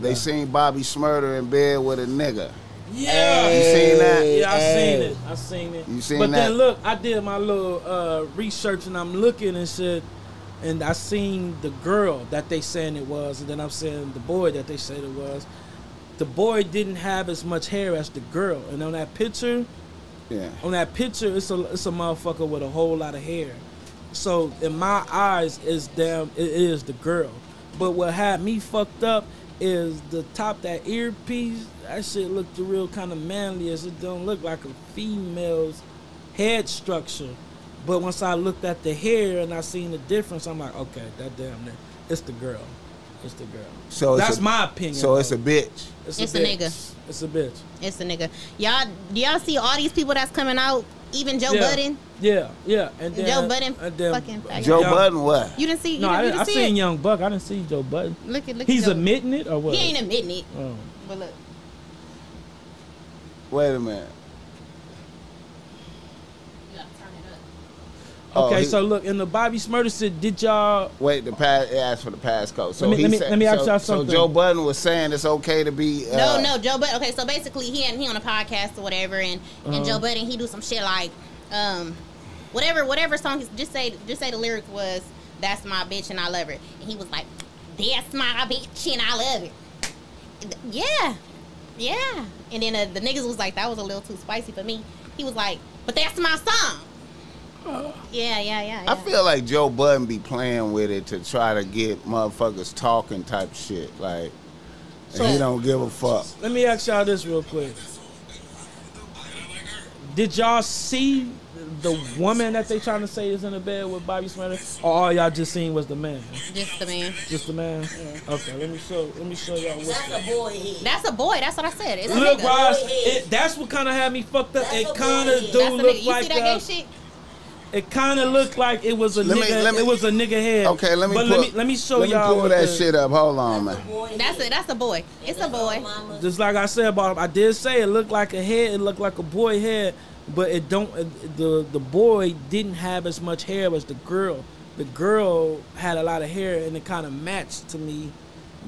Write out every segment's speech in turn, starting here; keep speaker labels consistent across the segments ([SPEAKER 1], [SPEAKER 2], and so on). [SPEAKER 1] They seen Bobby Smurder in bed with a nigga.
[SPEAKER 2] Yeah.
[SPEAKER 1] You seen that?
[SPEAKER 2] Yeah, I seen
[SPEAKER 3] Hey.
[SPEAKER 2] it. I seen it.
[SPEAKER 1] You seen
[SPEAKER 2] but
[SPEAKER 1] that?
[SPEAKER 2] then look, I did my little uh, research and I'm looking and shit, and I seen the girl that they saying it was, and then I'm seeing the boy that they said it was. The boy didn't have as much hair as the girl, and on that picture,
[SPEAKER 1] Yeah.
[SPEAKER 2] on that picture, it's a it's a motherfucker with a whole lot of hair. So in my eyes, it's damn it is the girl. But what had me fucked up is the top that earpiece. That shit looked real kind of manly, as it don't look like a female's head structure. But once I looked at the hair and I seen the difference, I'm like, okay, that damn near, it's the girl. It's the girl.
[SPEAKER 1] So it's
[SPEAKER 2] that's
[SPEAKER 1] a-
[SPEAKER 2] my opinion.
[SPEAKER 1] So it's
[SPEAKER 2] though.
[SPEAKER 1] a bitch.
[SPEAKER 3] It's a
[SPEAKER 2] bitch.
[SPEAKER 3] nigga.
[SPEAKER 2] It's a bitch.
[SPEAKER 3] It's a nigga. Y'all, do y'all see all these people that's coming out? Even Joe
[SPEAKER 2] yeah.
[SPEAKER 3] Budden.
[SPEAKER 2] Yeah, yeah. And then,
[SPEAKER 3] Joe Budden
[SPEAKER 2] and then-
[SPEAKER 3] fucking faggot.
[SPEAKER 1] Joe
[SPEAKER 2] Yeah.
[SPEAKER 1] Budden what?
[SPEAKER 3] You didn't see. You
[SPEAKER 2] No, I,
[SPEAKER 3] didn't, you
[SPEAKER 2] didn't, I
[SPEAKER 3] didn't see
[SPEAKER 2] seen
[SPEAKER 3] it.
[SPEAKER 2] Young Buck. I didn't see Joe Budden.
[SPEAKER 3] Look at look. at
[SPEAKER 2] He's
[SPEAKER 3] Joe.
[SPEAKER 2] admitting it or what?
[SPEAKER 3] He ain't admitting it.
[SPEAKER 2] Oh.
[SPEAKER 3] But look,
[SPEAKER 1] Wait a minute. Oh,
[SPEAKER 2] Okay,
[SPEAKER 1] he-
[SPEAKER 2] so look in the Bobby Smurder said, did y'all?
[SPEAKER 1] Wait, the pass asked for the passcode. So
[SPEAKER 2] Let me-
[SPEAKER 1] he
[SPEAKER 2] let me-
[SPEAKER 1] said,
[SPEAKER 2] let me ask
[SPEAKER 1] so,
[SPEAKER 2] y'all
[SPEAKER 1] So
[SPEAKER 2] something.
[SPEAKER 1] Joe Budden was saying it's okay to be. Uh,
[SPEAKER 3] no, no, Joe Budden. Okay, so basically he and he on a podcast or whatever, and and Joe Budden he do some shit like, um, whatever whatever song. He's, just say just say the lyric was "That's my bitch and I love her," and he was like, "That's my bitch and I love it." Yeah, yeah. And then uh, the niggas was like, "That was a little too spicy for me." He was like, "But that's my song." Yeah, yeah, yeah.
[SPEAKER 1] I
[SPEAKER 3] yeah.
[SPEAKER 1] feel like Joe Budden be playing with it to try to get motherfuckers talking type shit. Like, and he don't give a fuck.
[SPEAKER 2] Let me ask y'all this real quick. Did y'all see the woman that they trying to say is in the bed with Bobby Smurder, or all y'all just seen was the man?
[SPEAKER 3] just the man.
[SPEAKER 2] Just the man. Okay, let me show. Let me show y'all what's.
[SPEAKER 4] That's a boy head.
[SPEAKER 3] That's a boy. That's what I said. It's a
[SPEAKER 2] Look,
[SPEAKER 3] nigga.
[SPEAKER 2] Ross,
[SPEAKER 4] boy head.
[SPEAKER 2] it, that's what kind of had me fucked up.
[SPEAKER 4] That's
[SPEAKER 2] It
[SPEAKER 4] a boy
[SPEAKER 2] kind of
[SPEAKER 4] head.
[SPEAKER 2] do
[SPEAKER 3] That's a
[SPEAKER 2] look
[SPEAKER 3] nigga. You
[SPEAKER 2] like uh,
[SPEAKER 3] see that
[SPEAKER 2] a-
[SPEAKER 3] gay shit?
[SPEAKER 2] It kind of looked like it was a
[SPEAKER 1] Let me-
[SPEAKER 2] nigga.
[SPEAKER 1] let me-
[SPEAKER 2] it was a nigga head.
[SPEAKER 1] Okay, let me.
[SPEAKER 2] But
[SPEAKER 1] pull,
[SPEAKER 2] let me let me show
[SPEAKER 1] let
[SPEAKER 2] y'all
[SPEAKER 1] pull
[SPEAKER 2] what
[SPEAKER 1] that
[SPEAKER 2] the-
[SPEAKER 1] shit up. Hold on, man.
[SPEAKER 4] That's a boy
[SPEAKER 3] That's a
[SPEAKER 4] head.
[SPEAKER 3] that's a boy. It's a
[SPEAKER 4] That's
[SPEAKER 3] boy.
[SPEAKER 4] mama.
[SPEAKER 2] Just like I said about him, I did say it looked like a head. It looked like a boy head, but it don't. it- The the boy didn't have as much hair as the girl. The girl had a lot of hair, and it kind of matched to me.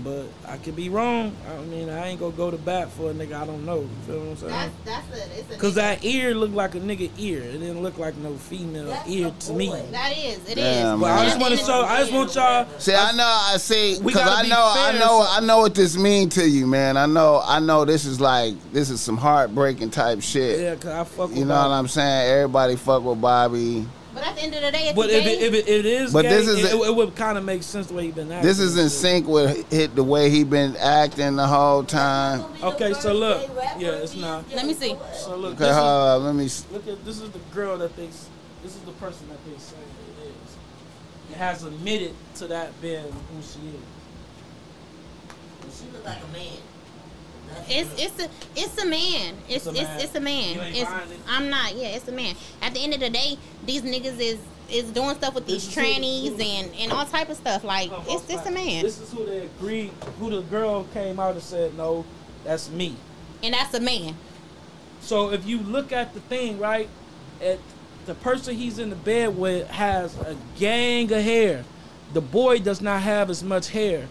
[SPEAKER 2] But I could be wrong. I mean, I ain't gonna go to bat for a nigga. I don't know. You feel what I'm saying?
[SPEAKER 3] That's that's a it's a
[SPEAKER 2] Cause
[SPEAKER 3] nigga.
[SPEAKER 2] that ear looked like a nigga ear. It didn't look like no female
[SPEAKER 4] That's
[SPEAKER 2] ear
[SPEAKER 4] a
[SPEAKER 2] to me.
[SPEAKER 4] boy.
[SPEAKER 3] that is it is.
[SPEAKER 1] Damn,
[SPEAKER 2] But
[SPEAKER 1] man.
[SPEAKER 2] I just want to show. I just want y'all.
[SPEAKER 1] See, I know, I see,
[SPEAKER 2] We
[SPEAKER 1] because
[SPEAKER 2] gotta
[SPEAKER 1] I
[SPEAKER 2] be
[SPEAKER 1] know, I
[SPEAKER 2] fair,
[SPEAKER 1] know,
[SPEAKER 2] so-
[SPEAKER 1] I know what this mean to you, man. I know, I know, this is like, this is some heartbreaking type shit.
[SPEAKER 2] Yeah, cause I fuck.
[SPEAKER 1] You
[SPEAKER 2] with
[SPEAKER 1] know
[SPEAKER 2] Bobby.
[SPEAKER 1] what I'm saying? Everybody fuck with Bobby.
[SPEAKER 3] But at the end of the day, it's
[SPEAKER 2] But
[SPEAKER 3] a
[SPEAKER 2] if
[SPEAKER 3] game.
[SPEAKER 2] it, if it, if it is,
[SPEAKER 1] But
[SPEAKER 2] but
[SPEAKER 1] this
[SPEAKER 2] this
[SPEAKER 1] is
[SPEAKER 2] it,
[SPEAKER 1] a-
[SPEAKER 2] it would kind of make sense the way you've been acting.
[SPEAKER 1] This is in
[SPEAKER 2] and shit.
[SPEAKER 1] sync with hit the way he been acting the whole time.
[SPEAKER 4] That's gonna be the
[SPEAKER 2] Okay, so
[SPEAKER 4] first
[SPEAKER 2] look,
[SPEAKER 4] gay rapper
[SPEAKER 2] yeah, it's
[SPEAKER 4] to be
[SPEAKER 2] not.
[SPEAKER 4] a
[SPEAKER 3] Let me see.
[SPEAKER 4] boy.
[SPEAKER 2] So look,
[SPEAKER 1] Okay,
[SPEAKER 2] this is-
[SPEAKER 1] hold up, let me. s-
[SPEAKER 2] look at this is the girl that they, s- this is the person that they say it is. It has admitted to that being who she is.
[SPEAKER 4] She look like a man. That's
[SPEAKER 3] It's it's a it's a man.
[SPEAKER 2] It's
[SPEAKER 3] It's
[SPEAKER 2] a
[SPEAKER 3] it's
[SPEAKER 2] man.
[SPEAKER 3] it's a man.
[SPEAKER 2] You ain't
[SPEAKER 3] It's,
[SPEAKER 2] buying it?
[SPEAKER 3] I'm not. Yeah, it's a man. At the end of the day, these niggas is is doing stuff with these
[SPEAKER 2] This is who-
[SPEAKER 3] trannies and and all type of stuff. Like it's it's a man,
[SPEAKER 2] This is who they agreed. Who the girl came out and said, "No, that's me."
[SPEAKER 3] and that's a man.
[SPEAKER 2] So if you look at the thing, right, at the person he's in the bed with has a gang of hair. The boy does not have as much hair,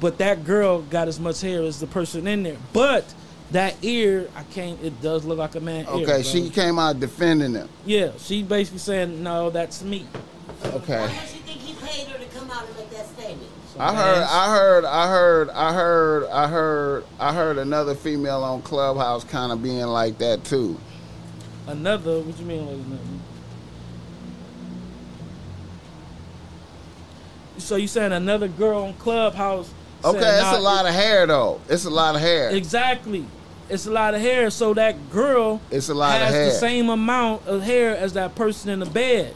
[SPEAKER 2] but that girl got as much hair as the person in there. But that ear, I can't. It does look like a man. ear,
[SPEAKER 1] Okay, she
[SPEAKER 2] brother.
[SPEAKER 1] came out defending him.
[SPEAKER 2] Yeah, she basically saying, "No, that's me."
[SPEAKER 1] Okay.
[SPEAKER 4] How much you think he paid her to come out and make that statement?
[SPEAKER 2] Oh,
[SPEAKER 1] I heard, I heard, I heard, I heard, I heard, I heard another female on Clubhouse kind of being like that too.
[SPEAKER 2] another. What you mean? Like nothing? So you saying another girl on Clubhouse? said,
[SPEAKER 1] Okay, it's
[SPEAKER 2] "Nah,
[SPEAKER 1] a lot of hair though. It's a lot of hair.
[SPEAKER 2] Exactly. It's a lot of hair. So that girl
[SPEAKER 1] It's a lot of
[SPEAKER 2] has
[SPEAKER 1] hair.
[SPEAKER 2] the same amount of hair as that person in the bed.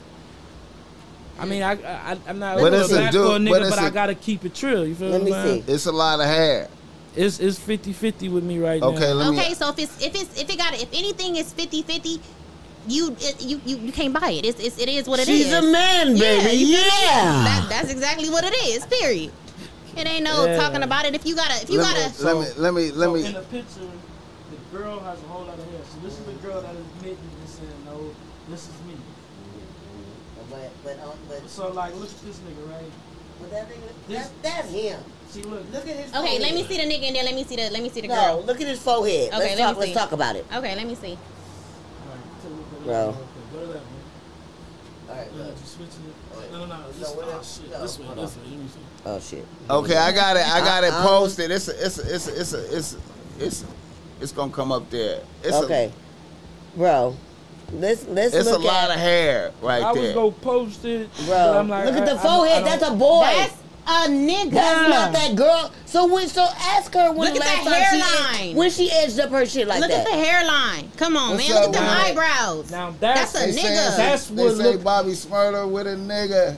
[SPEAKER 2] I mean, I, I I'm not
[SPEAKER 1] But
[SPEAKER 2] a
[SPEAKER 1] it's a
[SPEAKER 2] black
[SPEAKER 1] dude-
[SPEAKER 2] or a nigga,
[SPEAKER 1] but
[SPEAKER 2] but,
[SPEAKER 1] it's
[SPEAKER 2] I
[SPEAKER 1] a-
[SPEAKER 2] gotta keep it true. You feel
[SPEAKER 4] Let
[SPEAKER 2] me?
[SPEAKER 4] me see.
[SPEAKER 1] It's a lot of hair.
[SPEAKER 2] It's it's 50-50 with me right
[SPEAKER 1] Okay,
[SPEAKER 2] now.
[SPEAKER 1] let
[SPEAKER 3] okay,
[SPEAKER 1] me.
[SPEAKER 3] so if it's if it's if it got if anything is 50-50, you it, you you you can't buy it. It's, it's it is what it is.
[SPEAKER 4] She's a man, baby.
[SPEAKER 3] you feel me?
[SPEAKER 4] Yeah.
[SPEAKER 3] That, that's exactly what it is. Period. It ain't no
[SPEAKER 2] Yeah.
[SPEAKER 3] talking about it. If you gotta if you
[SPEAKER 1] let,
[SPEAKER 3] gotta
[SPEAKER 1] me let me. Let me. Let
[SPEAKER 2] So
[SPEAKER 1] me.
[SPEAKER 2] in the picture, the girl has a whole lot of hair. So this is the girl that is admitting and saying, "No, this is me."
[SPEAKER 4] But, but, um, but,
[SPEAKER 2] So like, look at this nigga, right?
[SPEAKER 4] but that nigga,
[SPEAKER 2] This-
[SPEAKER 4] that, that's him.
[SPEAKER 2] See, look.
[SPEAKER 4] Look at his.
[SPEAKER 3] Okay,
[SPEAKER 4] forehead.
[SPEAKER 3] let me see the nigga and then let me see the let me see the
[SPEAKER 4] No,
[SPEAKER 3] girl.
[SPEAKER 4] look at his forehead.
[SPEAKER 3] Okay,
[SPEAKER 4] let's
[SPEAKER 3] let
[SPEAKER 4] talk.
[SPEAKER 3] me
[SPEAKER 4] Let's
[SPEAKER 3] see.
[SPEAKER 4] talk about it.
[SPEAKER 3] Okay, let me see.
[SPEAKER 4] Bro.
[SPEAKER 2] Go to that one.
[SPEAKER 4] All right,
[SPEAKER 2] No,
[SPEAKER 4] look.
[SPEAKER 2] just switch it.
[SPEAKER 4] Wait.
[SPEAKER 2] No, no, no. This,
[SPEAKER 4] No, what
[SPEAKER 2] oh,
[SPEAKER 4] else?
[SPEAKER 2] shit.
[SPEAKER 4] No,
[SPEAKER 2] this way.
[SPEAKER 4] hold
[SPEAKER 2] This
[SPEAKER 4] on.
[SPEAKER 2] way. Let me see.
[SPEAKER 4] Oh shit.
[SPEAKER 1] Okay, I got it. I got it
[SPEAKER 4] Uh-uh.
[SPEAKER 1] posted. It's a, it's a, it's a, it's a, it's a, it's it's gonna come up there. It's
[SPEAKER 4] okay, bro. Let's let's
[SPEAKER 1] A, it's a
[SPEAKER 4] look
[SPEAKER 1] lot
[SPEAKER 4] at
[SPEAKER 1] of hair
[SPEAKER 2] I
[SPEAKER 1] right
[SPEAKER 2] was
[SPEAKER 1] there.
[SPEAKER 2] gonna post it.
[SPEAKER 4] bro.
[SPEAKER 2] but I'm like,
[SPEAKER 4] look at
[SPEAKER 2] I-
[SPEAKER 4] the
[SPEAKER 2] I- I
[SPEAKER 4] forehead.
[SPEAKER 2] don't-
[SPEAKER 4] that's a boy.
[SPEAKER 3] That's a nigga.
[SPEAKER 4] That's not that girl. So when so ask her when
[SPEAKER 3] Look
[SPEAKER 4] the
[SPEAKER 3] at
[SPEAKER 4] last
[SPEAKER 3] that
[SPEAKER 4] time she
[SPEAKER 3] hairline.
[SPEAKER 4] ed- when she edged up her shit like
[SPEAKER 3] Look
[SPEAKER 4] that.
[SPEAKER 3] at the hairline. Come on,
[SPEAKER 1] What's
[SPEAKER 3] man.
[SPEAKER 1] up,
[SPEAKER 3] Look at them
[SPEAKER 1] man?
[SPEAKER 3] eyebrows.
[SPEAKER 2] Now that's,
[SPEAKER 3] That's a
[SPEAKER 1] They
[SPEAKER 3] nigga.
[SPEAKER 1] saying-
[SPEAKER 2] That's
[SPEAKER 1] they
[SPEAKER 2] what
[SPEAKER 1] say
[SPEAKER 2] look-
[SPEAKER 1] Bobby Smurder with a nigga.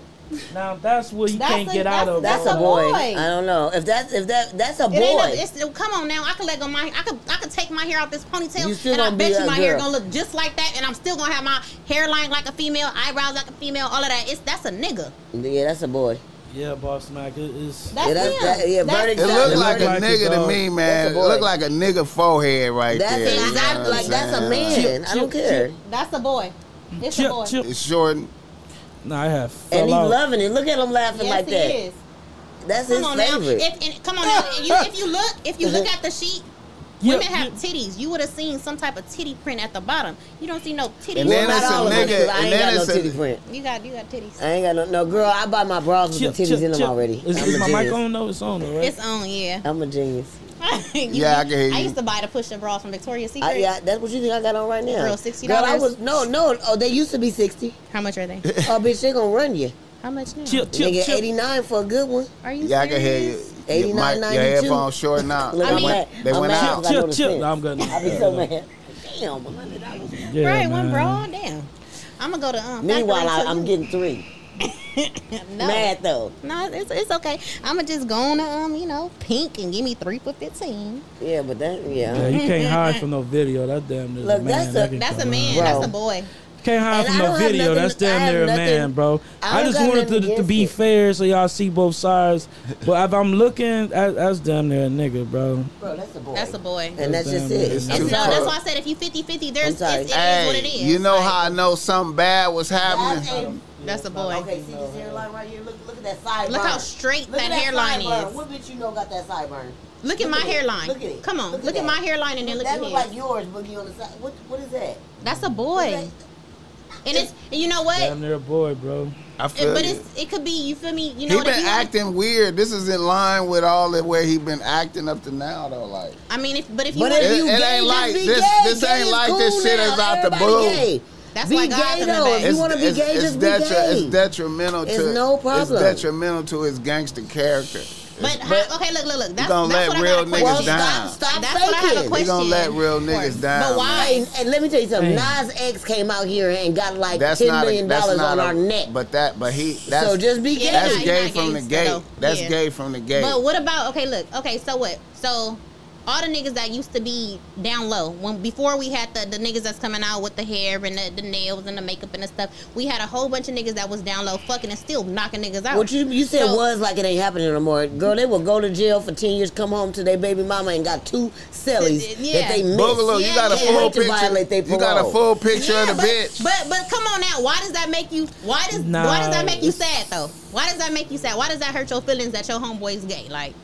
[SPEAKER 2] now that's what you
[SPEAKER 3] That's
[SPEAKER 2] can't
[SPEAKER 3] a-
[SPEAKER 2] get out of.
[SPEAKER 4] that's
[SPEAKER 3] That's
[SPEAKER 4] a
[SPEAKER 3] a
[SPEAKER 4] boy.
[SPEAKER 3] boy.
[SPEAKER 4] I don't know if that's if that that's a
[SPEAKER 3] It ain't
[SPEAKER 4] boy.
[SPEAKER 3] no, it's, come on now. I could let go my. I could. I could take my hair out this ponytail,
[SPEAKER 4] You still
[SPEAKER 3] and I
[SPEAKER 4] gonna be
[SPEAKER 3] bet you
[SPEAKER 4] that
[SPEAKER 3] my hair gonna
[SPEAKER 4] girl.
[SPEAKER 3] look just like that, and I'm still gonna have my hairline like a female, eyebrows like a female, all of that. It's that's a nigga.
[SPEAKER 4] yeah, that's a boy.
[SPEAKER 2] Yeah, boss Mac. It is.
[SPEAKER 3] That's
[SPEAKER 4] Yeah, that's-
[SPEAKER 3] him.
[SPEAKER 4] that- yeah,
[SPEAKER 3] That's-
[SPEAKER 4] verdict
[SPEAKER 1] It
[SPEAKER 4] Yeah,
[SPEAKER 1] looked
[SPEAKER 4] it
[SPEAKER 1] like,
[SPEAKER 2] looked like
[SPEAKER 1] a
[SPEAKER 2] it,
[SPEAKER 1] nigga to
[SPEAKER 2] dog.
[SPEAKER 1] me, man.
[SPEAKER 4] That's
[SPEAKER 1] It
[SPEAKER 4] a boy.
[SPEAKER 1] looked like a nigga forehead right
[SPEAKER 4] That's
[SPEAKER 1] there. you know
[SPEAKER 3] exact-
[SPEAKER 1] what I'm
[SPEAKER 4] like that's a
[SPEAKER 1] saying?
[SPEAKER 4] man. I don't care.
[SPEAKER 3] That's a boy. It's a
[SPEAKER 2] Chip,
[SPEAKER 3] boy.
[SPEAKER 2] chip.
[SPEAKER 1] It's shortened.
[SPEAKER 2] Nah, I have.
[SPEAKER 4] and
[SPEAKER 2] fell
[SPEAKER 4] he's
[SPEAKER 2] out.
[SPEAKER 4] loving it. Look at him laughing
[SPEAKER 3] Yes,
[SPEAKER 4] like
[SPEAKER 3] he
[SPEAKER 4] that.
[SPEAKER 3] is.
[SPEAKER 4] That's
[SPEAKER 3] Come
[SPEAKER 4] his
[SPEAKER 3] on
[SPEAKER 4] favorite.
[SPEAKER 3] now. If, and, come on now. If you, if you look, if you
[SPEAKER 1] Uh-huh.
[SPEAKER 3] look at the sheet.
[SPEAKER 2] Yeah,
[SPEAKER 3] Women have
[SPEAKER 2] yeah.
[SPEAKER 3] titties. You would have seen some type of titty print at the bottom. You don't see no titty.
[SPEAKER 1] And
[SPEAKER 4] well,
[SPEAKER 1] then Uh,
[SPEAKER 4] not
[SPEAKER 1] it's a
[SPEAKER 4] all of us, 'cause
[SPEAKER 1] nigga-
[SPEAKER 4] I
[SPEAKER 1] and
[SPEAKER 4] ain't
[SPEAKER 1] then
[SPEAKER 4] got no
[SPEAKER 1] it's a-
[SPEAKER 4] titty print.
[SPEAKER 3] you got you got titties.
[SPEAKER 4] I ain't got no no girl. I buy my bras with
[SPEAKER 2] Chip,
[SPEAKER 4] the titties
[SPEAKER 2] chip,
[SPEAKER 4] in them
[SPEAKER 2] chip.
[SPEAKER 4] already.
[SPEAKER 2] Is,
[SPEAKER 4] I'm
[SPEAKER 2] is
[SPEAKER 4] a
[SPEAKER 2] my
[SPEAKER 4] genius.
[SPEAKER 2] mic on? No, it's on, though, right?
[SPEAKER 3] It's on, yeah.
[SPEAKER 4] I'm a genius.
[SPEAKER 3] You-
[SPEAKER 1] Yeah, I can hear
[SPEAKER 3] I
[SPEAKER 1] you.
[SPEAKER 3] used to buy the push and bra from Victoria's Secret.
[SPEAKER 4] I, yeah, that's what you think I got on right now.
[SPEAKER 3] Girl, $60.
[SPEAKER 4] Girl, I was no, no. Oh, they used to be sixty.
[SPEAKER 3] How much are they?
[SPEAKER 4] Oh, bitch, they gonna run you.
[SPEAKER 3] How much now?
[SPEAKER 2] chip, chip,
[SPEAKER 4] Nigga,
[SPEAKER 2] chip.
[SPEAKER 4] eighty nine for a good one.
[SPEAKER 3] Are you
[SPEAKER 1] Yeah, I can hear you.
[SPEAKER 3] serious?
[SPEAKER 1] Your, mic-
[SPEAKER 4] 89.92.
[SPEAKER 1] your headphones short now.
[SPEAKER 4] Look,
[SPEAKER 1] they
[SPEAKER 3] I'm
[SPEAKER 1] went,
[SPEAKER 4] mad.
[SPEAKER 1] they
[SPEAKER 4] I'm
[SPEAKER 1] went
[SPEAKER 4] mad.
[SPEAKER 1] out.
[SPEAKER 4] I got
[SPEAKER 2] Chip,
[SPEAKER 4] no
[SPEAKER 2] chip.
[SPEAKER 4] sense.
[SPEAKER 2] Nah, I'm good.
[SPEAKER 4] I be so mad. Damn, $100.
[SPEAKER 2] Yeah,
[SPEAKER 3] right,
[SPEAKER 2] man.
[SPEAKER 3] one bra. Damn. I'm gonna go to um.
[SPEAKER 4] Meanwhile, I,
[SPEAKER 3] factory
[SPEAKER 4] I'm
[SPEAKER 3] till
[SPEAKER 4] getting three.
[SPEAKER 3] you- no.
[SPEAKER 4] Mad though.
[SPEAKER 3] No, it's, it's okay. I'm gonna just go on to um, you know, pink and give me three for fifteen.
[SPEAKER 4] Yeah, but that
[SPEAKER 2] Yeah,
[SPEAKER 4] yeah.
[SPEAKER 2] you can't hide from no video. That damn near is
[SPEAKER 4] Look,
[SPEAKER 2] a man.
[SPEAKER 4] that's a-
[SPEAKER 2] That can
[SPEAKER 3] That's a
[SPEAKER 2] come
[SPEAKER 3] man.
[SPEAKER 2] out.
[SPEAKER 4] Bro.
[SPEAKER 3] That's a boy.
[SPEAKER 2] Can't hide
[SPEAKER 4] And
[SPEAKER 2] from
[SPEAKER 4] I
[SPEAKER 2] no
[SPEAKER 4] don't have
[SPEAKER 2] video.
[SPEAKER 4] nothing-
[SPEAKER 2] that's damn
[SPEAKER 4] I have
[SPEAKER 2] near a
[SPEAKER 4] nothing-
[SPEAKER 2] man, bro.
[SPEAKER 4] I
[SPEAKER 2] I,
[SPEAKER 4] don't
[SPEAKER 2] just
[SPEAKER 4] got
[SPEAKER 2] wanted to,
[SPEAKER 4] nothing
[SPEAKER 2] to be
[SPEAKER 4] against it.
[SPEAKER 2] fair so y'all see both sides. but if I'm looking, that, that's damn near a nigga, bro.
[SPEAKER 4] Bro, that's a boy.
[SPEAKER 3] That's a boy.
[SPEAKER 4] And that's just it.
[SPEAKER 1] It's
[SPEAKER 4] I'm
[SPEAKER 1] too
[SPEAKER 3] no,
[SPEAKER 1] close.
[SPEAKER 4] sorry.
[SPEAKER 3] that's why I said if you 50-50, there's
[SPEAKER 4] I'm sorry.
[SPEAKER 3] it's, it is what it
[SPEAKER 1] Hey,
[SPEAKER 3] is.
[SPEAKER 1] you know
[SPEAKER 3] Like,
[SPEAKER 1] how I know something bad was happening?
[SPEAKER 4] That's a-
[SPEAKER 3] That's a boy.
[SPEAKER 4] Okay, see this hairline right here. Look, look at that sideburn.
[SPEAKER 3] Look how straight
[SPEAKER 4] Look at
[SPEAKER 3] that, hairline
[SPEAKER 4] sideburn.
[SPEAKER 3] is.
[SPEAKER 4] What bitch you know got that sideburn?
[SPEAKER 3] Look at
[SPEAKER 4] Look
[SPEAKER 3] my
[SPEAKER 4] at it.
[SPEAKER 3] hairline.
[SPEAKER 4] Look at it.
[SPEAKER 3] Come on,
[SPEAKER 4] Look
[SPEAKER 3] look,
[SPEAKER 4] at
[SPEAKER 3] at
[SPEAKER 4] that.
[SPEAKER 3] my hairline and then look
[SPEAKER 4] that
[SPEAKER 3] at
[SPEAKER 4] look
[SPEAKER 3] his.
[SPEAKER 4] like yours, boogie on the side. What, what is that?
[SPEAKER 3] That's a boy. And it's and you know what?
[SPEAKER 2] Damn near a boy, bro.
[SPEAKER 1] I
[SPEAKER 3] It-
[SPEAKER 1] feel
[SPEAKER 3] but
[SPEAKER 1] you.
[SPEAKER 3] it's it could be you feel me you
[SPEAKER 1] he
[SPEAKER 3] know what, if
[SPEAKER 1] been
[SPEAKER 3] you-
[SPEAKER 1] acting weird. This is in line with all the way he been acting up to now, though. Like,
[SPEAKER 3] I mean if but if you
[SPEAKER 4] But
[SPEAKER 3] want
[SPEAKER 4] if
[SPEAKER 1] It-
[SPEAKER 4] you
[SPEAKER 1] it
[SPEAKER 4] gay,
[SPEAKER 1] ain't
[SPEAKER 4] just
[SPEAKER 1] like
[SPEAKER 4] be
[SPEAKER 1] this-
[SPEAKER 4] gay.
[SPEAKER 1] this
[SPEAKER 4] Gay
[SPEAKER 1] ain't
[SPEAKER 4] is
[SPEAKER 1] like
[SPEAKER 4] cool
[SPEAKER 1] this shit
[SPEAKER 4] now.
[SPEAKER 1] is out the
[SPEAKER 4] Everybody
[SPEAKER 1] blue.
[SPEAKER 4] Gay.
[SPEAKER 3] That's
[SPEAKER 4] be
[SPEAKER 3] why
[SPEAKER 4] gay
[SPEAKER 3] God's in the
[SPEAKER 4] though.
[SPEAKER 3] back.
[SPEAKER 4] If you want to be
[SPEAKER 1] it's,
[SPEAKER 4] gay,
[SPEAKER 1] it's
[SPEAKER 4] just be
[SPEAKER 1] detri-
[SPEAKER 4] gay.
[SPEAKER 1] It's detrimental
[SPEAKER 4] It's
[SPEAKER 1] to
[SPEAKER 4] no problem.
[SPEAKER 1] It's detrimental to his gangster character.
[SPEAKER 3] but,
[SPEAKER 1] It's-
[SPEAKER 3] how, okay look look look that's,
[SPEAKER 1] gonna
[SPEAKER 3] that's
[SPEAKER 1] let
[SPEAKER 3] what
[SPEAKER 1] real
[SPEAKER 3] I got a
[SPEAKER 1] niggas
[SPEAKER 3] question.
[SPEAKER 1] down.
[SPEAKER 4] Stop
[SPEAKER 3] that's what I have a
[SPEAKER 4] faking.
[SPEAKER 1] We
[SPEAKER 3] question
[SPEAKER 1] gonna let real
[SPEAKER 3] for.
[SPEAKER 1] niggas down,
[SPEAKER 3] but why
[SPEAKER 4] And, and let me tell you something.
[SPEAKER 2] Dang.
[SPEAKER 4] Nas X came out here and got like
[SPEAKER 1] that's
[SPEAKER 4] ten
[SPEAKER 1] not
[SPEAKER 4] million
[SPEAKER 1] a, that's
[SPEAKER 4] dollars
[SPEAKER 1] not
[SPEAKER 4] on
[SPEAKER 1] a,
[SPEAKER 4] our neck.
[SPEAKER 1] But that, but he. That's,
[SPEAKER 4] so just be gay.
[SPEAKER 3] Yeah,
[SPEAKER 1] that's
[SPEAKER 3] he's
[SPEAKER 1] gay
[SPEAKER 3] not
[SPEAKER 1] from the
[SPEAKER 3] gangsta,
[SPEAKER 1] gate.
[SPEAKER 3] though.
[SPEAKER 1] That's
[SPEAKER 3] Yeah.
[SPEAKER 1] gay from the gate.
[SPEAKER 3] but what about okay look okay so what so all the niggas that used to be down low when before we had the, the niggas that's coming out with the hair and the, the nails and the makeup and the stuff we had a whole bunch of niggas that was down low fucking and still knocking niggas out
[SPEAKER 4] What you you said
[SPEAKER 3] So-
[SPEAKER 4] was like it ain't happening no more. Girl, they will go to jail for ten years, come home to their baby mama and got two sellies that
[SPEAKER 3] Yeah.
[SPEAKER 4] they missed.
[SPEAKER 1] Boogaloo, you
[SPEAKER 3] Yeah,
[SPEAKER 1] got a
[SPEAKER 3] they
[SPEAKER 1] full
[SPEAKER 4] hate to violate
[SPEAKER 1] picture.
[SPEAKER 4] their
[SPEAKER 1] You got a
[SPEAKER 4] parole.
[SPEAKER 1] full picture
[SPEAKER 3] Yeah,
[SPEAKER 1] of the
[SPEAKER 3] but,
[SPEAKER 1] bitch.
[SPEAKER 3] But but come on now, why does that make you? Why does why does that make you sad though? Why does that make you sad? Why does that hurt your feelings that your homeboy's gay? Like,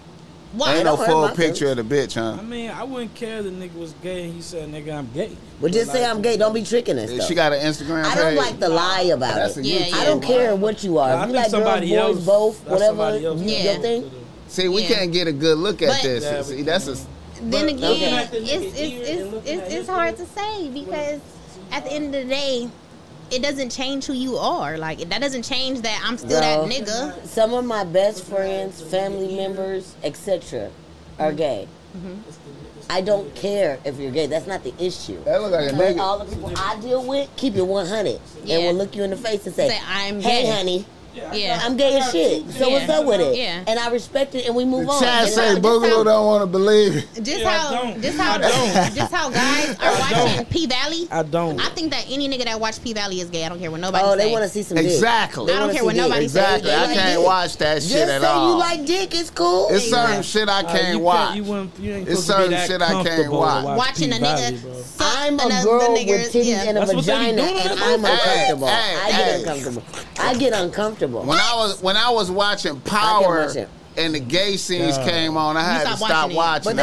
[SPEAKER 3] why?
[SPEAKER 1] Ain't no
[SPEAKER 4] don't hurt
[SPEAKER 1] full
[SPEAKER 4] my
[SPEAKER 1] picture of the bitch,
[SPEAKER 2] I
[SPEAKER 1] huh?
[SPEAKER 2] mean, I wouldn't care if the nigga was gay and he said, nigga, I'm gay.
[SPEAKER 4] But just say I'm gay. Don't be tricking us. Though.
[SPEAKER 1] She got an Instagram.
[SPEAKER 4] I don't
[SPEAKER 1] page.
[SPEAKER 4] like the lie about
[SPEAKER 1] That's
[SPEAKER 4] it.
[SPEAKER 1] a
[SPEAKER 3] Yeah,
[SPEAKER 1] YouTube.
[SPEAKER 4] I don't
[SPEAKER 1] lie.
[SPEAKER 4] care what you are.
[SPEAKER 2] I
[SPEAKER 4] If you
[SPEAKER 2] think
[SPEAKER 4] like
[SPEAKER 2] somebody else,
[SPEAKER 4] girls, boys, both,
[SPEAKER 2] that's
[SPEAKER 4] whatever.
[SPEAKER 2] somebody else
[SPEAKER 4] you-
[SPEAKER 3] Yeah.
[SPEAKER 4] Your thing.
[SPEAKER 1] See, we
[SPEAKER 3] Yeah.
[SPEAKER 1] can't get a good look at
[SPEAKER 3] But-
[SPEAKER 1] this.
[SPEAKER 2] Yeah, we
[SPEAKER 1] See, that's a.
[SPEAKER 2] can't.
[SPEAKER 3] Then
[SPEAKER 4] But-
[SPEAKER 3] again,
[SPEAKER 2] Okay.
[SPEAKER 3] it's it's it's, it's, it's hard to say because at the end of the day, it doesn't change who you are. Like that doesn't change that I'm still
[SPEAKER 4] Girl.
[SPEAKER 3] that nigga.
[SPEAKER 4] Some of my best friends, family members, etc., are gay. I don't care if you're gay. That's not the issue.
[SPEAKER 1] That look like a
[SPEAKER 4] Mm-hmm. But
[SPEAKER 1] nigga.
[SPEAKER 4] all the people I deal with keep it 100
[SPEAKER 3] Yeah.
[SPEAKER 4] and will look you in the face and say,
[SPEAKER 3] Say, "I'm
[SPEAKER 4] hey,
[SPEAKER 3] gay."
[SPEAKER 4] honey,
[SPEAKER 3] Yeah.
[SPEAKER 4] I'm gay as shit. So
[SPEAKER 3] Yeah.
[SPEAKER 4] what's up with it?
[SPEAKER 3] Yeah.
[SPEAKER 4] And I respect it and we move on.
[SPEAKER 1] Chad
[SPEAKER 4] And
[SPEAKER 1] say
[SPEAKER 4] I-
[SPEAKER 1] Boogaloo don't want to believe it.
[SPEAKER 3] Just
[SPEAKER 2] Yeah, I
[SPEAKER 3] how
[SPEAKER 2] don't.
[SPEAKER 3] just how
[SPEAKER 2] I don't.
[SPEAKER 3] just how guys are watching P Valley.
[SPEAKER 2] I don't.
[SPEAKER 3] I think that any nigga that watch P Valley is gay. I don't care what nobody
[SPEAKER 4] Oh,
[SPEAKER 3] say.
[SPEAKER 4] they want to see some dick.
[SPEAKER 1] Exactly.
[SPEAKER 4] They
[SPEAKER 3] I don't
[SPEAKER 4] wanna
[SPEAKER 3] care
[SPEAKER 4] see
[SPEAKER 3] what
[SPEAKER 4] dick.
[SPEAKER 3] nobody says.
[SPEAKER 1] Exactly. I
[SPEAKER 3] They
[SPEAKER 1] can't
[SPEAKER 4] dick.
[SPEAKER 1] watch that
[SPEAKER 4] Just
[SPEAKER 1] shit
[SPEAKER 4] say
[SPEAKER 1] at all.
[SPEAKER 4] you like dick. It's cool.
[SPEAKER 1] It's certain
[SPEAKER 3] Yeah.
[SPEAKER 1] shit I
[SPEAKER 2] Uh,
[SPEAKER 1] can't
[SPEAKER 2] you
[SPEAKER 1] watch.
[SPEAKER 2] You wouldn't, you ain't
[SPEAKER 1] It's
[SPEAKER 2] supposed to be
[SPEAKER 1] certain
[SPEAKER 2] that
[SPEAKER 1] shit I can't
[SPEAKER 2] comfortable to
[SPEAKER 1] watch.
[SPEAKER 3] watching a
[SPEAKER 2] P-Valley,
[SPEAKER 3] nigga
[SPEAKER 2] bro.
[SPEAKER 3] suck
[SPEAKER 4] I'm a
[SPEAKER 3] another-
[SPEAKER 4] girl
[SPEAKER 3] the
[SPEAKER 4] with
[SPEAKER 3] niggas.
[SPEAKER 4] titties
[SPEAKER 3] yeah.
[SPEAKER 4] and a
[SPEAKER 2] That's what they
[SPEAKER 4] vagina,
[SPEAKER 2] doing
[SPEAKER 4] and
[SPEAKER 2] in
[SPEAKER 4] I'm
[SPEAKER 1] the- Hey,
[SPEAKER 4] uncomfortable.
[SPEAKER 1] hey,
[SPEAKER 4] I get
[SPEAKER 1] hey.
[SPEAKER 4] uncomfortable. I get uncomfortable.
[SPEAKER 1] When I was when I was watching
[SPEAKER 4] I can't
[SPEAKER 1] Power,
[SPEAKER 4] watch it.
[SPEAKER 3] and the gay scenes
[SPEAKER 5] God.
[SPEAKER 3] came on, I had to
[SPEAKER 1] stopped
[SPEAKER 3] stop
[SPEAKER 1] watching it.
[SPEAKER 3] watching.
[SPEAKER 4] But